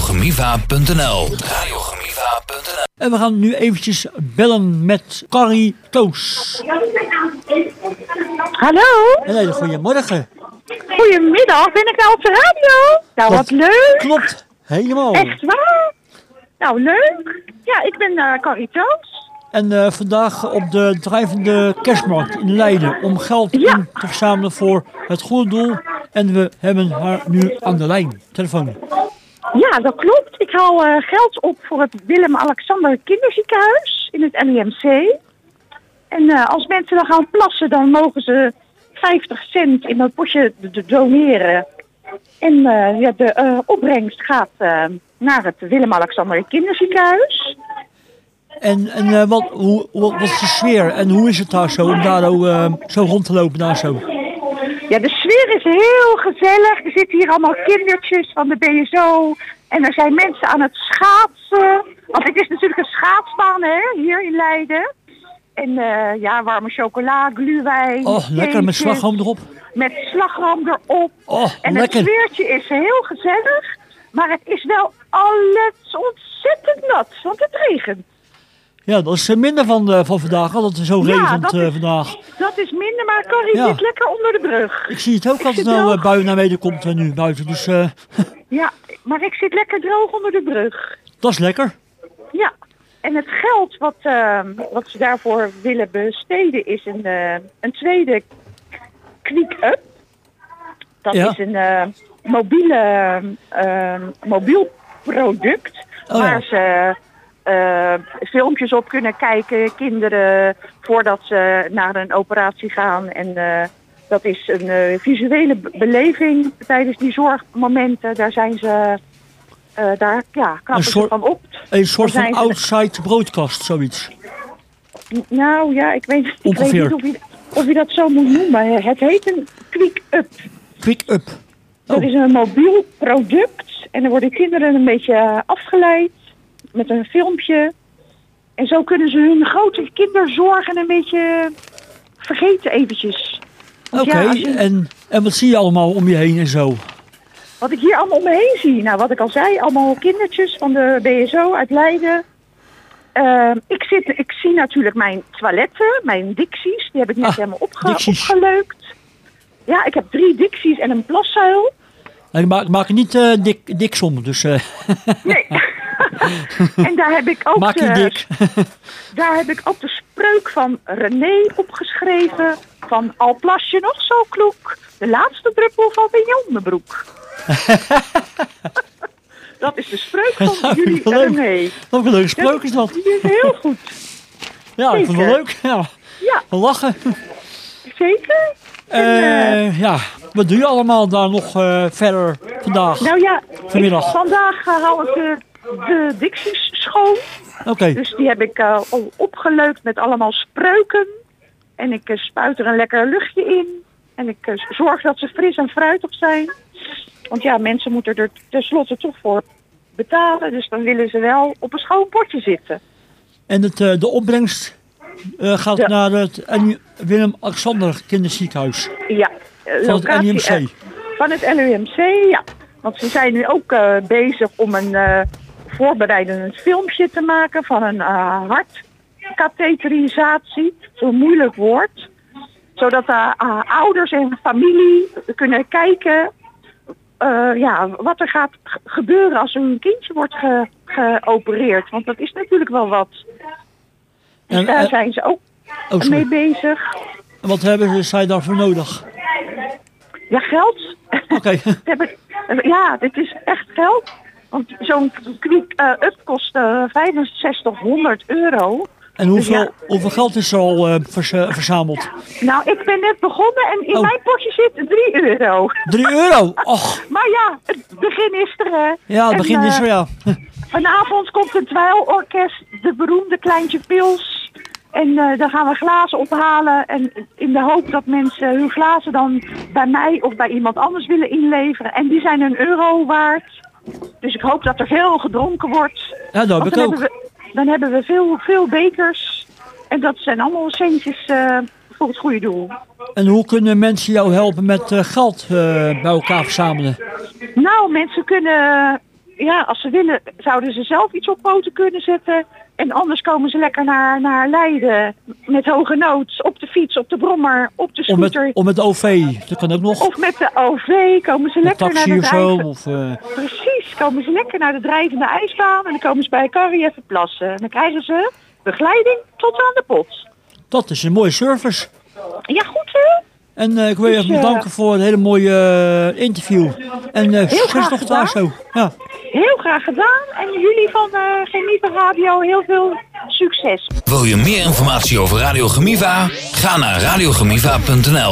www.radiogemiva.nl Radiogemiva.nl En we gaan nu eventjes bellen met Corrie Toos. Hallo, Een hele goedemorgen. goedemiddag. Ben ik nou op de radio? Nou, wat Dat leuk. Klopt, helemaal. Echt waar? Nou, leuk. Ja, ik ben eh Carrie Toos. En eh, vandaag op de drijvende kerstmarkt in Leiden om geld Ja. in te verzamelen voor het goede doel. En we hebben haar nu aan de lijn. Telefoon. Ja, dat klopt. Ik haal eh, geld op voor het Willem-Alexander Kinderziekenhuis in het LIMC. En eh, als mensen dan gaan plassen, dan mogen ze 50 cent in dat potje d- d- doneren. En eh, ja, de eh, opbrengst gaat eh, naar het Willem-Alexander Kinderziekenhuis. En, en eh, wat, hoe, hoe- wat is de sfeer en hoe is het daar zo om daar zo, eh, zo rond te lopen daar zo? Ja, de sfeer is heel gezellig. Er zitten hier allemaal kindertjes van de BSO. En er zijn mensen aan het schaatsen. Want het is natuurlijk een schaatsbaan hè, hier in Leiden. En eh, ja, warme chocola, gluwijn. Oh, lekker met cakejes, slagroom erop. Met slagroom erop. Oh, en lekker. het sfeertje is heel gezellig. Maar het is wel alles ontzettend nat, want het regent. Ja, dat is eh, minder van, eh, van vandaag, al dat het zo regent dat eh, is- vandaag. Dat is minder, maar Corrie Ja. zit lekker onder de brug. Ik zie het ook altijd zit wel droog. eh, buien naar beneden komt eh, nu buiten, dus eh, Ja, maar ik zit lekker droog onder de brug. dat is lekker. Ja, en het geld wat, ehm, wat ze daarvoor willen besteden is een, eh, een tweede Quick-up. Dat Ja. is een eh, mobiele, ehm, mobiel product Oh, waar ja. ze eh, filmpjes op kunnen kijken, kinderen voordat ze naar een operatie gaan. En eh, dat is een eh, visuele be- beleving tijdens die zorgmomenten. Daar zijn ze, eh, daar ja, knappen ze soort- van op. Een soort Daar van zijn ze- outside broadcast, zoiets. Nou ja, ik weet, ik weet Ongeveer. niet of je, of je dat zo moet noemen. Het heet een quick-up. Quick up. Dat Oh. is een mobiel product. En dan worden kinderen een beetje eh, afgeleid met een filmpje. En zo kunnen ze hun grote kinderzorgen een beetje vergeten eventjes. Oké, Want ja, als je- en, en wat zie je allemaal om je heen en zo? Wat ik hier allemaal om me heen zie. Nou, wat ik al zei, allemaal kindertjes van de BSO uit Leiden. Ehm, ik, zit, ik zie natuurlijk mijn toiletten, mijn dicties. Die heb ik net Ah, helemaal opge Dixies. opgeleukt. Ja, ik heb drie dicties en een plaszuil. Nou, Ik maak, ik maak het niet eh, dik, dik som, dus eh, Nee. en daar heb ik ook maak je de, dik. daar heb ik ook de spreuk van René opgeschreven. Van al plas je nog zo kloek, de laatste druppel valt in je onderbroek. Dat is de spreuk van jullie Leuk. René. Wat een leuke spreuk is dat. Die is heel goed. Ja, ik vond het wel leuk. zeker. Ja, Ja, lachen. zeker. En, eh, Eh, ja, wat doe je allemaal daar nog eh, verder vandaag? nou ja, vanmiddag. ik- vandaag eh, haal ik de, de dicties schoon. Oké, Dus die heb ik eh, al opgeleukt met allemaal spreuken. En ik eh, spuit er een lekker luchtje in. En ik eh, zorg dat ze fris en fruitig zijn. Want ja, mensen moeten er tenslotte toch voor betalen. Dus dan willen ze wel op een schoon potje zitten. en het, eh, de opbrengst eh, gaat Ja. naar het Annie- Willem-Alexander kinderziekenhuis. Ja, eh, Van het locatie, NUMC. eh, van het LUMC, ja. Want ze zijn nu ook eh, bezig om een eh, voorbereidend filmpje te maken van een eh hartkatheterisatie. Zo'n moeilijk woord. Zodat eh, eh, ouders en familie kunnen kijken eh, ja, wat er gaat g- gebeuren als hun kindje wordt ge- geopereerd. Want dat is natuurlijk wel wat. Dus En, daar eh, zijn ze ook oh, mee sorry. bezig. Wat hebben zij daarvoor nodig? Ja, geld. Oké, Ze hebben- ja, dit is echt geld. Want zo'n quick eh, up kost eh, 6500 euro. en hoeveel, ja. hoeveel geld is er al eh, verz- verzameld? Nou, ik ben net begonnen en in Oh. mijn potje zit 3 euro. 3 euro! Och, Maar ja, het begin is er, hè. ja, het En, begin is eh, er, ja. Vanavond komt het dweilorkest, de beroemde Kleintje Pils. En eh, daar gaan we glazen ophalen. En in de hoop dat mensen hun glazen dan bij mij of bij iemand anders willen inleveren. En die zijn een euro waard. Dus ik hoop dat er veel gedronken wordt. Ja, dat heb Want ik dan, ook. hebben we, dan hebben we veel, veel bekers. En dat zijn allemaal centjes eh, voor het goede doel. En hoe kunnen mensen jou helpen met eh, geld eh, bij elkaar verzamelen? Nou, mensen kunnen, ja, als ze willen, zouden ze zelf iets op poten kunnen zetten. En anders komen ze lekker naar, naar Leiden met hoge nood, op de fiets, op de brommer, op de Of met, scooter. of met de OV, dat kan ook nog. Of met de OV komen ze Een Oh, lekker nou, naar taxi de of zo. drijven. Of, eh, Precies, komen ze lekker naar de drijvende ijsbaan en dan komen ze bij Carrie even plassen. En dan krijgen ze begeleiding tot aan de pot. dat is een mooie service. Ja, goed hè? En eh, ik wil je Dus, even eh, bedanken voor een hele mooie eh, interview. En eh succes graag nog daar zo. gedaan. Ja. Heel graag gedaan. En jullie van eh Genieve Radio heel veel succes. Wil je meer informatie over Radio Gemiva? Ga naar radiogemiva.nl